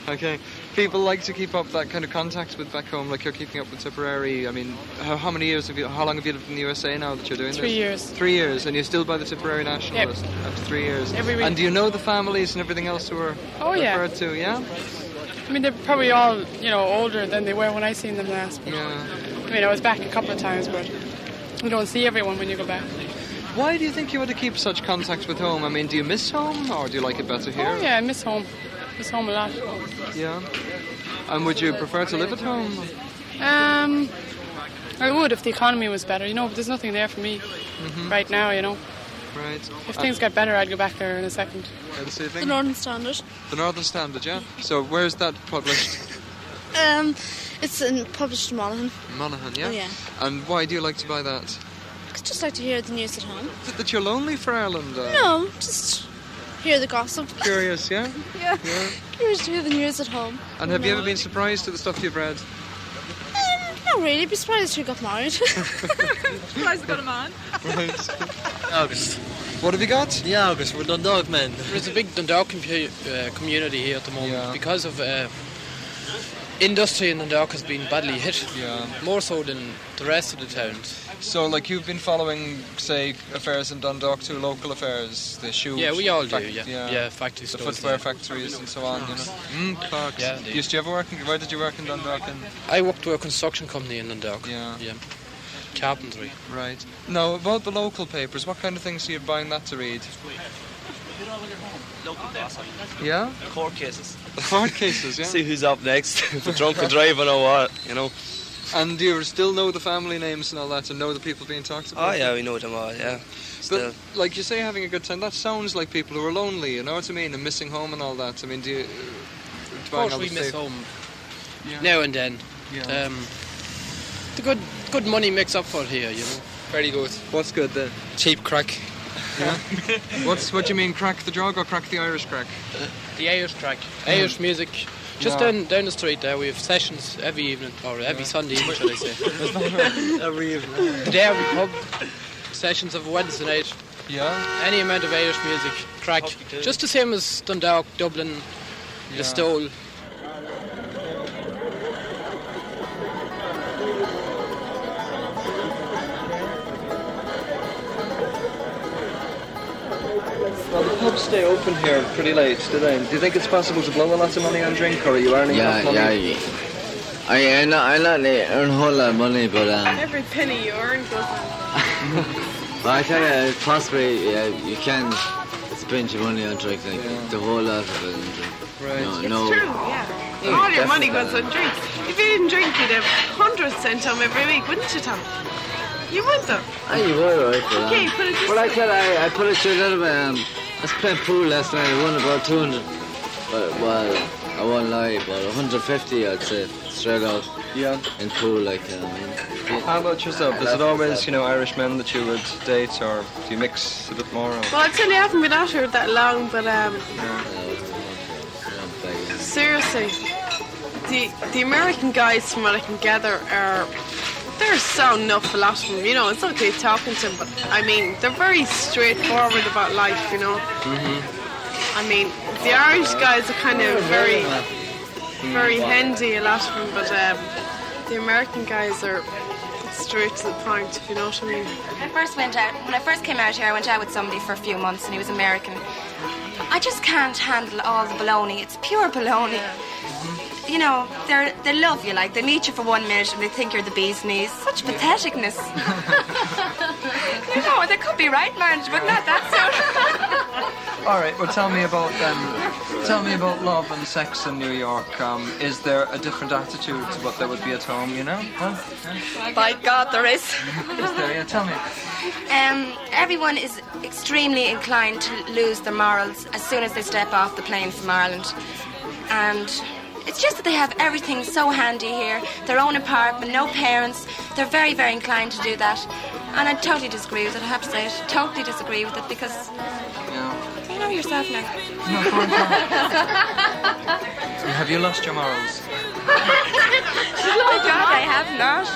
Speaker 6: Okay. People like to keep up that kind of contact with back home, like you're keeping up with Tipperary. I mean, how, how many years have you? How long have you lived in the USA now that you're doing
Speaker 28: Three
Speaker 6: this?
Speaker 28: years.
Speaker 6: Three years, and you're still by the Tipperary Nationalist after three years.
Speaker 28: Every week.
Speaker 6: And do you know the families and everything else who are
Speaker 28: Oh, yeah.
Speaker 6: referred to? Yeah.
Speaker 28: I mean, they're probably all you know older than they were when I seen them last. But, I mean, I was back a couple of times, but you don't see everyone when you go back.
Speaker 6: Why do you think you want to keep such contact with home? I mean, do you miss home, or do you like it better here?
Speaker 28: Oh yeah, I miss home. Miss home a lot.
Speaker 6: Yeah. And would you prefer to live at home?
Speaker 28: Um, I would if the economy was better, you know. But there's nothing there for me right now, you know.
Speaker 6: Right.
Speaker 28: If things got better, I'd go back there in a second.
Speaker 6: This evening?
Speaker 29: Northern Standard.
Speaker 6: The Northern Standard, yeah? So where's that published?
Speaker 29: Um, it's in, published in Monaghan.
Speaker 6: Monaghan, yeah?
Speaker 29: Oh, yeah.
Speaker 6: And why do you like to buy that?
Speaker 29: I'd just like to hear the news at home.
Speaker 6: Is it that you're lonely for Ireland? uh,
Speaker 29: No, just hear the gossip.
Speaker 6: Curious, yeah?
Speaker 29: yeah.
Speaker 6: Yeah.
Speaker 29: Curious to hear the news at home.
Speaker 6: And have you
Speaker 29: No.
Speaker 6: ever been surprised at the stuff you've read?
Speaker 29: Um, not really. Be surprised who got married. surprised got a man.
Speaker 6: Right.
Speaker 30: August.
Speaker 6: What have you got?
Speaker 30: Yeah, August. We're Dundalk men.
Speaker 19: There's a big Dundalk compu- uh, community here at the moment because of uh, industry in Dundalk has been badly hit.
Speaker 6: Yeah.
Speaker 19: More so than the rest of the towns.
Speaker 6: So, like, you've been following, say, affairs in Dundalk to local affairs, the shoe.
Speaker 19: Yeah, we all do,
Speaker 6: fac-
Speaker 19: yeah. Yeah, factory
Speaker 6: The
Speaker 19: stores,
Speaker 6: footwear
Speaker 19: yeah.
Speaker 6: factories and so on, you know. Mm, clerks.
Speaker 19: Yeah, indeed.
Speaker 6: Used to ever work in, where did you work in Dundalk? In?
Speaker 19: I worked with a construction company in Dundalk. Yeah. Yeah. Carpentry.
Speaker 6: Right. No, about the local papers, what kind of things are you buying that to read?
Speaker 26: Local gossip.
Speaker 6: Yeah?
Speaker 26: Court cases.
Speaker 6: Court cases, yeah.
Speaker 26: See who's up next. for drunk or driving or what, you know.
Speaker 6: And do you still know the family names and all that, and know the people being talked about?
Speaker 26: Oh, yeah, we know them all, yeah. Still.
Speaker 6: But like you say, having a good time. That sounds like people who are lonely. You know what I mean? And missing home and all that. I mean, do you? Of
Speaker 19: course we miss home. now and then.
Speaker 6: Yeah.
Speaker 19: Um, the good good money makes up for it here, you know. Very good.
Speaker 6: What's good then?
Speaker 19: Cheap crack.
Speaker 6: Yeah. What's what do you mean? Crack the drug or crack the Irish crack?
Speaker 19: The Irish crack. Mm. Irish music. Just
Speaker 6: Yeah.
Speaker 19: down down the street there, we have sessions every evening, or every Sunday evening, should I say.
Speaker 6: every evening.
Speaker 19: There we pub sessions of Wednesday night.
Speaker 6: Yeah.
Speaker 19: Any amount of Irish music, crack. Just the same as Dundalk, Dublin,
Speaker 6: Yeah.
Speaker 19: Listowel.
Speaker 6: Well, the pubs stay open here pretty late, do they? Do you think it's possible to blow a lot of money on drink, or are you earning
Speaker 1: Yeah,
Speaker 6: enough money?
Speaker 1: yeah, yeah. I, I not, I not they earn a whole lot of money, but um,
Speaker 20: Every penny you earn goes on.
Speaker 1: but I tell you, it's possibly yeah, you can spend your money on drinks, like the whole lot of it. On drink.
Speaker 6: Right.
Speaker 1: No,
Speaker 20: It's
Speaker 1: no.
Speaker 20: true, yeah.
Speaker 1: Mm,
Speaker 20: All your money goes
Speaker 1: definitely.
Speaker 20: on drinks. If you didn't drink, you'd have 100 cent on every week, wouldn't you, Tom? You would, though.
Speaker 1: Ah, you were right for
Speaker 20: Okay,
Speaker 1: that.
Speaker 20: put it this
Speaker 1: But I
Speaker 20: way.
Speaker 1: tell you, I, I put it to a little bit. Um, I was playing pool last night. I won about 200. But, well, I won't lie, but 150, I'd say, straight out.
Speaker 6: Yeah.
Speaker 1: In pool, like, um, yeah.
Speaker 6: How about yourself? Is it always, you know, Irish men that you would date, or do you mix a bit more? Or?
Speaker 20: Well, I tell you, I haven't been out here that long, but um, seriously, the the American guys, from what I can gather, are there's so an awful lot of them. You know, it's okay talking to them, but I mean, they're very straightforward about life. You know,
Speaker 6: Mm-hmm.
Speaker 20: I mean, the Irish guys are kind of very very handy, a lot of them, but um, the American guys are straight to the point. If you know what I mean.
Speaker 2: When I first went out, when I first came out here, I went out with somebody for a few months, and he was American. I just can't handle all the baloney. It's pure baloney. You know, they they love you like they meet you for one minute and they think you're the bee's knees. Such patheticness. you know, they could be right, Marge, but not that soon.
Speaker 6: All right. Well, tell me about um, tell me about love and sex in New York. Um, is there a different attitude to what there would be at home? You know? Huh?
Speaker 2: By God, there is.
Speaker 6: Is there? Yeah. Tell me.
Speaker 2: Um, everyone is extremely inclined to lose their morals as soon as they step off the plane from Ireland. And it's just that they have everything so handy here their own apartment, no parents. They're very, very inclined to do that. And I totally disagree with it, I have to say it. Totally disagree with it because. You know yourself now.
Speaker 6: Have you lost your morals?
Speaker 2: oh, God, I have not.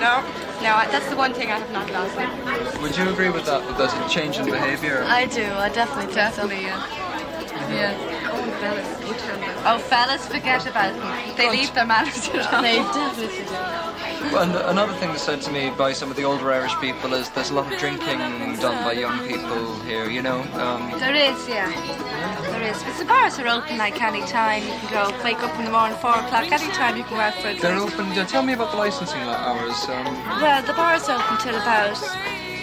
Speaker 2: No, no, I- that's the one thing I have not lost.
Speaker 6: Would you agree with that? That there's a change in behaviour.
Speaker 10: I do. I definitely definitely. Yeah. yeah. Oh, fellas. Oh, fellas, forget about them. They leave their manners at home. They definitely do.
Speaker 6: Well, And another thing that's said to me by some of the older Irish people is there's a lot of drinking done by young people here. You know. Um,
Speaker 10: There is, yeah. There is. But the bars are open like any time. You can go wake up in the morning, four o'clock, any time you can go out for a
Speaker 6: they're
Speaker 10: drink.
Speaker 6: open. yeah, Tell me about the licensing hours. Um,
Speaker 10: Well, the bar's open till about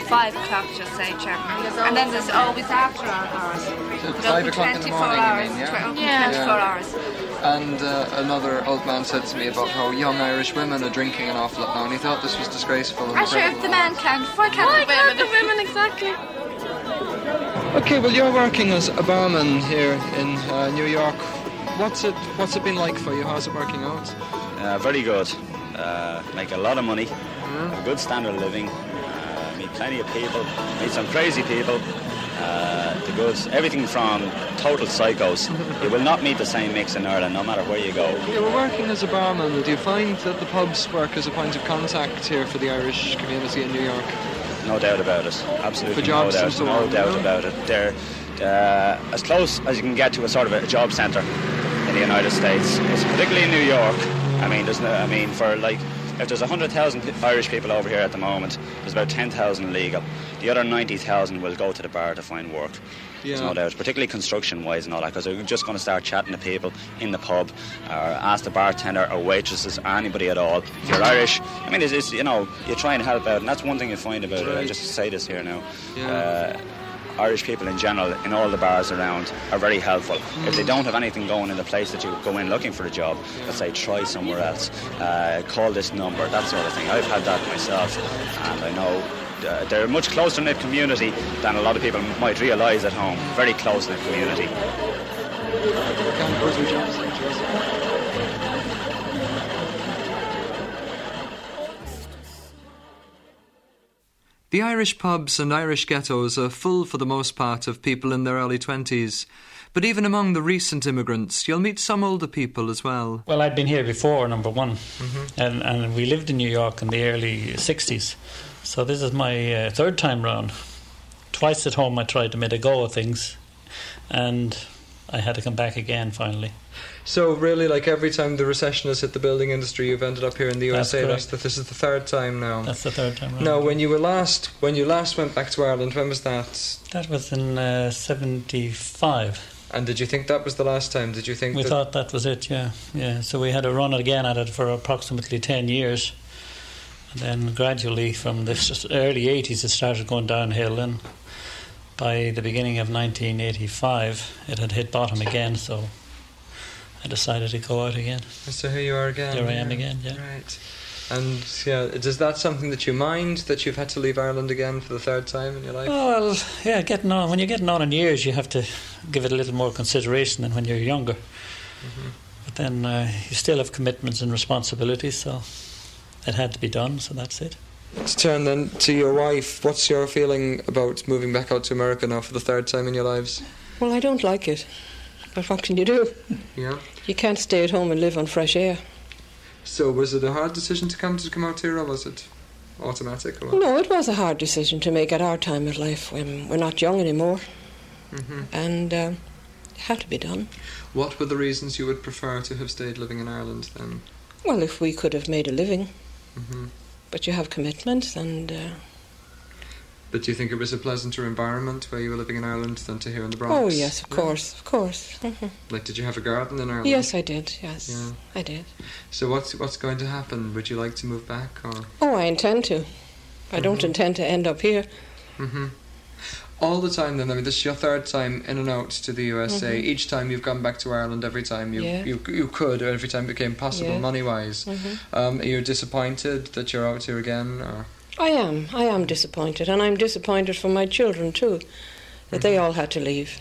Speaker 10: five o'clock, just say, Chairman. And then there's always after hours. It's
Speaker 6: five
Speaker 10: open
Speaker 6: o'clock in the morning,
Speaker 10: 24
Speaker 6: you
Speaker 10: hours.
Speaker 6: mean, yeah?
Speaker 10: twe- open
Speaker 6: Yeah.
Speaker 10: 24
Speaker 6: Yeah.
Speaker 10: hours.
Speaker 6: And uh, another old man said to me about how young Irish women are drinking an awful lot now, and he thought this was disgraceful. and
Speaker 10: I'm sure if
Speaker 6: terrible.
Speaker 10: the man can, why can't
Speaker 20: Why
Speaker 10: the women?
Speaker 20: can't the
Speaker 10: women, exactly.
Speaker 6: Okay, well, you're working as a barman here in uh, New York. What's it What's it been like for you? How's it working out?
Speaker 31: Uh, very good. Uh, make a lot of money. Have a good standard of living. Uh, meet plenty of people. Meet some crazy people. Uh, the goods. Everything from total psychos. you will not meet the same mix in Ireland, no matter where you go.
Speaker 6: You were working as a barman. Do you find that the pubs work as a point of contact here for the Irish community in New York?
Speaker 31: No doubt about it. Absolutely
Speaker 6: For jobs
Speaker 31: no
Speaker 6: and
Speaker 31: doubt.
Speaker 6: so
Speaker 31: no
Speaker 6: on,
Speaker 31: doubt
Speaker 6: yeah.
Speaker 31: about it. They're uh, as close as you can get to a sort of a job centre in the United States. It's particularly in New York. I mean, there's no, I mean, for like, if there's 100,000 pe- Irish people over here at the moment, there's about 10,000 legal. The other 90,000 will go to the bar to find work. There's
Speaker 15: Yeah.
Speaker 31: no doubt, particularly construction wise and all that, because they're just going to start chatting to people in the pub or ask the bartender or waitresses or anybody at all. If you're Irish, I mean, it's, it's, you know, you try and help out, and that's one thing you find about it. I
Speaker 6: Right.
Speaker 31: just say this here now.
Speaker 6: Yeah.
Speaker 31: Uh, Irish people in general, in all the bars around, are very helpful. If they don't have anything going in the place that you go in looking for a job, let's say try somewhere else, uh, call this number, that sort of thing. I've had that myself, and I know. Uh, they're a much closer knit community than a lot of people might realise at home. Very close knit community.
Speaker 6: The Irish pubs and Irish ghettos are full for the most part of people in their early 20s. But even among the recent immigrants, you'll meet some older people as well.
Speaker 32: Well, I'd been here before, number one, and, and we lived in New York in the early 60s. So this is my uh, third time round. Twice at home I tried to make a go of things, and I had to come back again finally.
Speaker 6: So, really, like every time the recession has hit the building industry, you've ended up here in the
Speaker 32: That's
Speaker 6: USA.
Speaker 32: correct.
Speaker 6: That's the, this is the third time now.
Speaker 32: That's the third time round.
Speaker 6: Now, when you were last, when you last went back to Ireland, when was that?
Speaker 32: That was in uh, 75.
Speaker 6: And did you think that was the last time? Did you think
Speaker 32: We
Speaker 6: that
Speaker 32: thought that was it, yeah. Yeah, so we had a run again at it for approximately 10 years. And then gradually, from the s- early 80s, it started going downhill. And by the beginning of 1985, it had hit bottom again, so I decided to go out again.
Speaker 6: So here you are again.
Speaker 32: Here I am
Speaker 6: yeah.
Speaker 32: again, yeah.
Speaker 6: Right. And yeah, is that something that you mind that you've had to leave Ireland again for the third time in your life?
Speaker 32: Well, yeah, getting on. When you're getting on in years, you have to give it a little more consideration than when you're younger. But then uh, you still have commitments and responsibilities, so it had to be done. So that's it.
Speaker 6: To turn then to your wife, what's your feeling about moving back out to America now for the third time in your lives?
Speaker 33: Well, I don't like it, but what can you do?
Speaker 6: Yeah.
Speaker 33: You can't stay at home and live on fresh air.
Speaker 6: So was it a hard decision to come to come out here, or was it automatic? Or what?
Speaker 33: No, it was a hard decision to make at our time of life when we're not young anymore,
Speaker 6: Mhm.
Speaker 33: and um it had to be done.
Speaker 6: What were the reasons you would prefer to have stayed living in Ireland then?
Speaker 33: Well, if we could have made a living,
Speaker 6: hmm
Speaker 33: but you have commitments, and uh,
Speaker 6: But do you think it was a pleasanter environment where you were living in Ireland than to here in the Bronx?
Speaker 33: oh yes, of
Speaker 6: Yeah.
Speaker 33: course, of course. Mhm.
Speaker 6: Like, did you have a garden in Ireland?
Speaker 33: Yes, I did. Yes,
Speaker 6: Yeah.
Speaker 33: I did.
Speaker 6: So what's what's going to happen? Would you like to move back or?
Speaker 33: Oh, I intend to. I don't
Speaker 6: Mhm.
Speaker 33: intend to end up here.
Speaker 6: hmm All the time, then. I mean, this is your third time in and out to the USA.
Speaker 33: Mhm.
Speaker 6: Each time you've gone back to Ireland. Every time you
Speaker 33: Yeah.
Speaker 6: you, you could, or every time it became possible,
Speaker 33: Yeah.
Speaker 6: money wise.
Speaker 33: Mhm.
Speaker 6: Um, are you disappointed that you're out here again? Or?
Speaker 33: I am. I am disappointed, and I'm disappointed for my children too, that they
Speaker 6: Mm-hmm.
Speaker 33: all had to leave.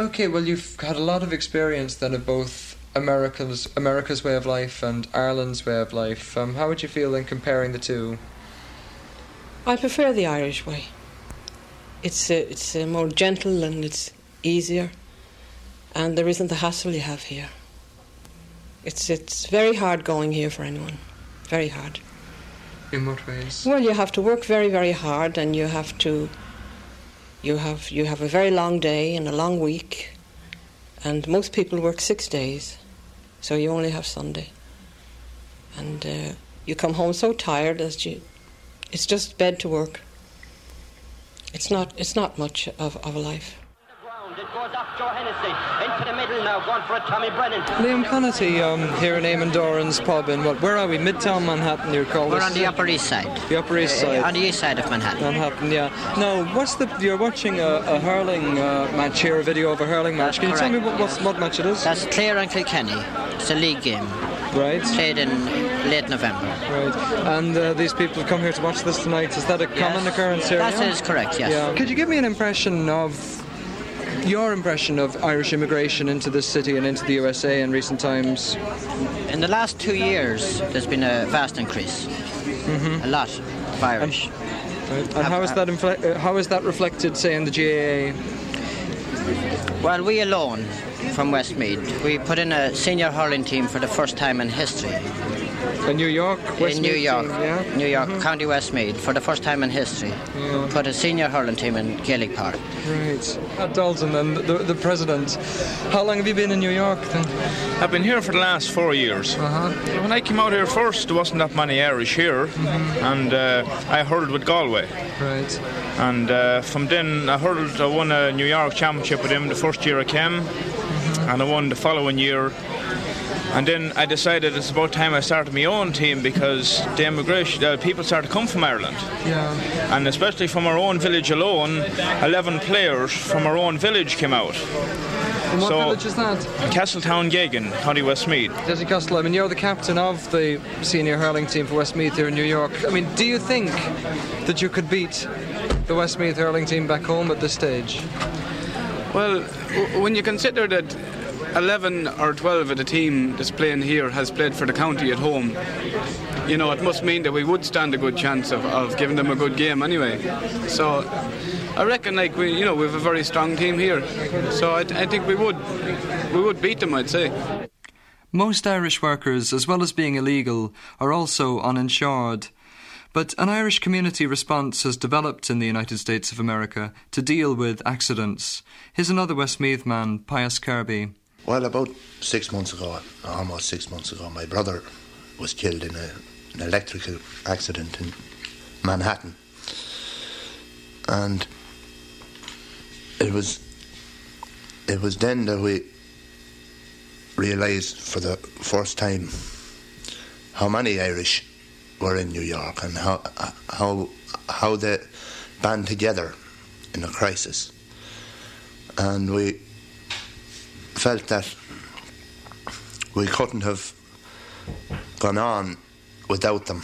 Speaker 6: Okay, well, you've had a lot of experience then of both America's America's way of life and Ireland's way of life. Um, how would you feel in comparing the two?
Speaker 33: I prefer the Irish way. It's uh, it's uh, more gentle and it's easier, and there isn't the hassle you have here. It's it's very hard going here for anyone, very hard.
Speaker 6: In what ways?
Speaker 33: Well, you have to work very very hard, and you have to. You have you have a very long day and a long week, and most people work six days, so you only have Sunday. And uh, you come home so tired that you, it's just bed to work. It's not it's not much of, of a life.
Speaker 15: Into the middle now, going for a Tommy Brennan.
Speaker 6: Liam Connolly um, here in Eamon Doran's pub in what? Where are we? Midtown Manhattan. You're called.
Speaker 16: We're on the Upper East Side.
Speaker 6: The Upper East
Speaker 16: Uh,
Speaker 6: Side.
Speaker 16: on the east side of Manhattan.
Speaker 6: Manhattan, yeah. Now, what's the? You're watching a, a hurling uh, match here, a video of a hurling match. Can you tell me what, what's, what match it is?
Speaker 16: That's Clare and Kilkenny. It's a league game.
Speaker 6: Right.
Speaker 16: Played in late November.
Speaker 6: Right. And uh, these people have come here to watch this tonight. Is that a common occurrence here?
Speaker 16: That
Speaker 6: yeah?
Speaker 16: is correct, yes.
Speaker 6: Yeah. Could you give me an impression of your impression of Irish immigration into this city and into the USA in recent times?
Speaker 16: In the last two years, there's been a vast increase. A lot of Irish.
Speaker 6: Mm-hmm. And how is that infle- uh, how is that reflected, say, in the GAA?
Speaker 16: Well, we alone from Westmead, we put in a senior hurling team for the first time in history.
Speaker 6: In New York?
Speaker 16: in
Speaker 6: Westmead
Speaker 16: New York,
Speaker 6: team, yeah? Mm-hmm.
Speaker 16: New York, County Westmead, for the first time in history. Put a senior hurling team in Gaelic Park.
Speaker 6: Right. Pat Dalton, then the, the president. How long have you been in New York? Then? Uh-huh.
Speaker 17: I've been here for the last four years. When I came out here first, there wasn't that many Irish here, and uh, I hurled with Galway.
Speaker 6: Mm-hmm. Right.
Speaker 17: And uh, from then, I hurled. I won a
Speaker 6: Mm-hmm.
Speaker 17: New York championship with him the first year I came, and I won the following year
Speaker 34: And then I decided it's about time I started my own team because the immigration uh, people started to come from Ireland,
Speaker 6: Yeah.
Speaker 34: Uh, and especially from our own village alone, 11 players from our own village came out.
Speaker 6: And what village is that?
Speaker 34: Castletown Gagan, County Westmead.
Speaker 6: Desi Castle, I mean, you're the captain of the senior hurling team for Westmeath here in New York. I mean, do you think that you could beat the Westmeath hurling team back home at this stage?
Speaker 5: Well, w- when you consider that 11 or 12 of the team that's playing here has played for the county at home, you know, it must mean that we would stand a good chance of, of giving them a good game anyway. So I reckon, like, we, you know, we have a very strong team here. So I, I think we would, we would beat them, I'd say.
Speaker 6: Most Irish workers, as well as being illegal, are also uninsured. But an Irish community response has developed in the United States of America to deal with accidents. Here's another Westmeath man, Pius Kirby.
Speaker 35: Well, about six months ago, almost six months ago, my brother was killed in a, an electrical accident in Manhattan. And it was it was then that we realized for the first time how many Irish were in New York and how how how they band together in a crisis. And we felt that we couldn't have gone on without them,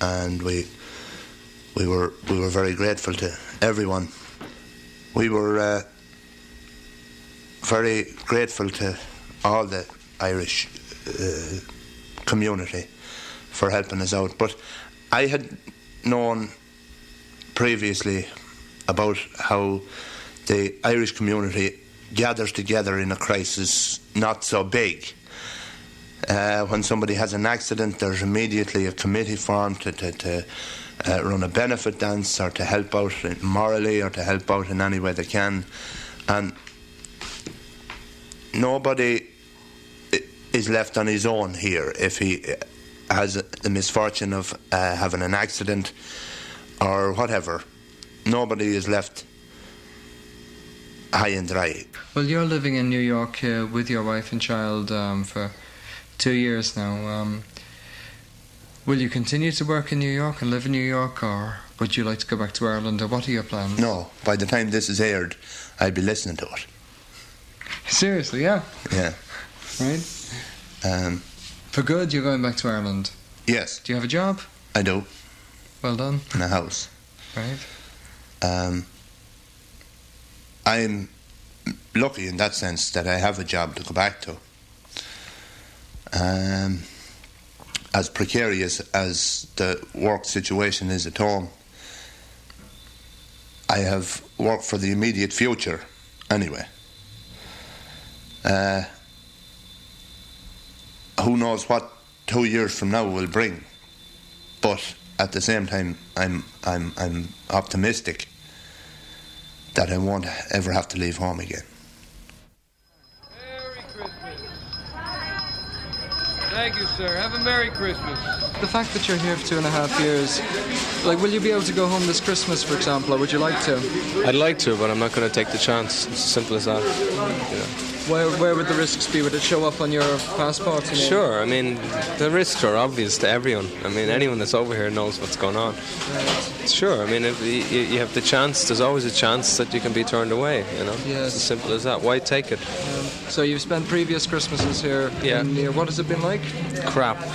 Speaker 35: and we we were we were very grateful to everyone. We were uh, very grateful to all the Irish uh, community for helping us out. But I had known previously about how the Irish community gathers together in a crisis not so big. Uh, when somebody has an accident, there's immediately a committee formed to, to, to uh, run a benefit dance or to help out morally or to help out in any way they can. And nobody i- is left on his own here if he uh, has the misfortune of uh, having an accident or whatever. Nobody is left high and dry.
Speaker 6: Well, you're living in New York uh, with your wife and child um, for two years now. Um, will you continue to work in New York and live in New York, or would you like to go back to Ireland, or what are your plans?
Speaker 35: No, by the time this is aired, I'll be listening to it.
Speaker 6: Seriously, yeah,
Speaker 35: Yeah.
Speaker 6: right?
Speaker 35: Um,
Speaker 6: For good, you're going back to Ireland.
Speaker 35: yes,
Speaker 6: Do you have a job?
Speaker 35: I do.
Speaker 6: Well done.
Speaker 35: In a house.
Speaker 6: Right.
Speaker 35: Um, I'm lucky in that sense that I have a job to go back to. Um, as precarious as the work situation is at home, I have work for the immediate future anyway. Uh, who knows what two years from now will bring? but at the same time, I'm I'm I'm optimistic that I won't ever have to leave home again.
Speaker 18: Thank you, sir. Have a Merry Christmas.
Speaker 6: The fact that you're here for two and a half years, like, will you be able to go home this Christmas, for example, or would you like to?
Speaker 18: I'd like to, but I'm not going to take the chance. It's as simple as that. You know.
Speaker 6: Where, where would the risks be? Would it show up on your passport? you know?
Speaker 18: Sure, I mean, the risks are obvious to everyone. I mean, anyone that's over here knows what's going on. Sure, I mean, if you, you you have the chance, there's always a chance that you can be turned away, you know?
Speaker 6: Yes.
Speaker 18: It's as simple as that. Why take it?
Speaker 6: Um, So you've spent previous Christmases here.
Speaker 18: Yeah.
Speaker 6: And, uh, what has it been like?
Speaker 18: Crap.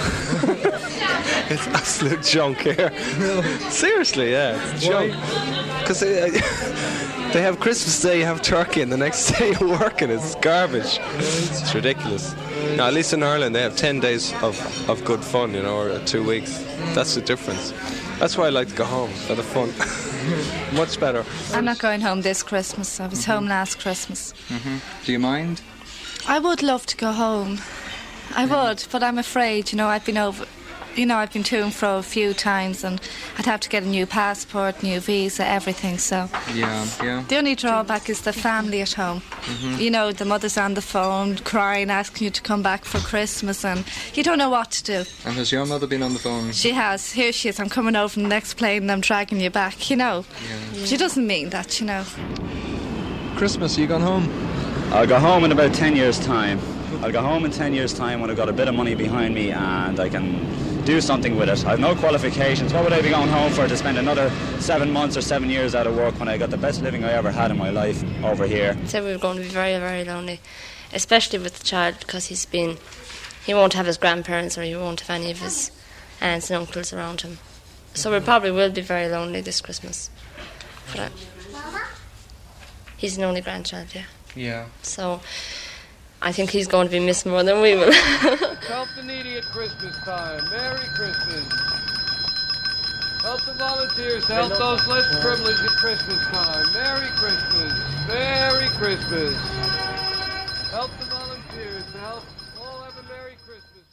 Speaker 18: it's absolute junk here. Seriously, yeah, it's junk. Because they, uh, they have Christmas Day, you have turkey, and the next day you're working. It's garbage. It's ridiculous. Now, at least in Ireland, they have 10 days of, of good fun, you know, or two weeks. That's the difference. That's why I like to go home, for the fun. Much better.
Speaker 10: I'm not going home this Christmas. I was home last Christmas.
Speaker 6: Mm-hmm. Do you mind?
Speaker 10: I would love to go home. I would, but I'm afraid, you know, I've been over. You know, I've been to and fro a few times, and I'd have to get a new passport, new visa, everything. So
Speaker 6: Yeah, yeah.
Speaker 10: the only drawback is the family at home.
Speaker 6: Mhm.
Speaker 10: You know, the mother's on the phone crying, asking you to come back for Christmas, and you don't know what to do.
Speaker 6: And has your mother been on the phone?
Speaker 10: She has. Here she is. I'm coming over in the next plane, and I'm dragging you back. You know, she doesn't mean that. You know.
Speaker 6: Christmas, you gone home?
Speaker 31: I'll go home in about 10 years' time. I'll go home in 10 years' time when I've got a bit of money behind me and I can do something with it. I've no qualifications. What would I be going home for to spend another seven months or seven years out of work when I got the best living I ever had in my life over here?
Speaker 4: So we're going to be very, very lonely, especially with the child because he's been, he won't have his grandparents or he won't have any of his aunts and uncles around him. So we probably will be very lonely this Christmas. But I, he's an only grandchild, yeah.
Speaker 22: Yeah.
Speaker 4: So I think he's going to be missed more than we will.
Speaker 16: Help the needy at Christmas time. Merry Christmas. Help the volunteers to help those less privileged at Christmas time. Merry Christmas. Merry Christmas. Help the volunteers to help all have a Merry Christmas.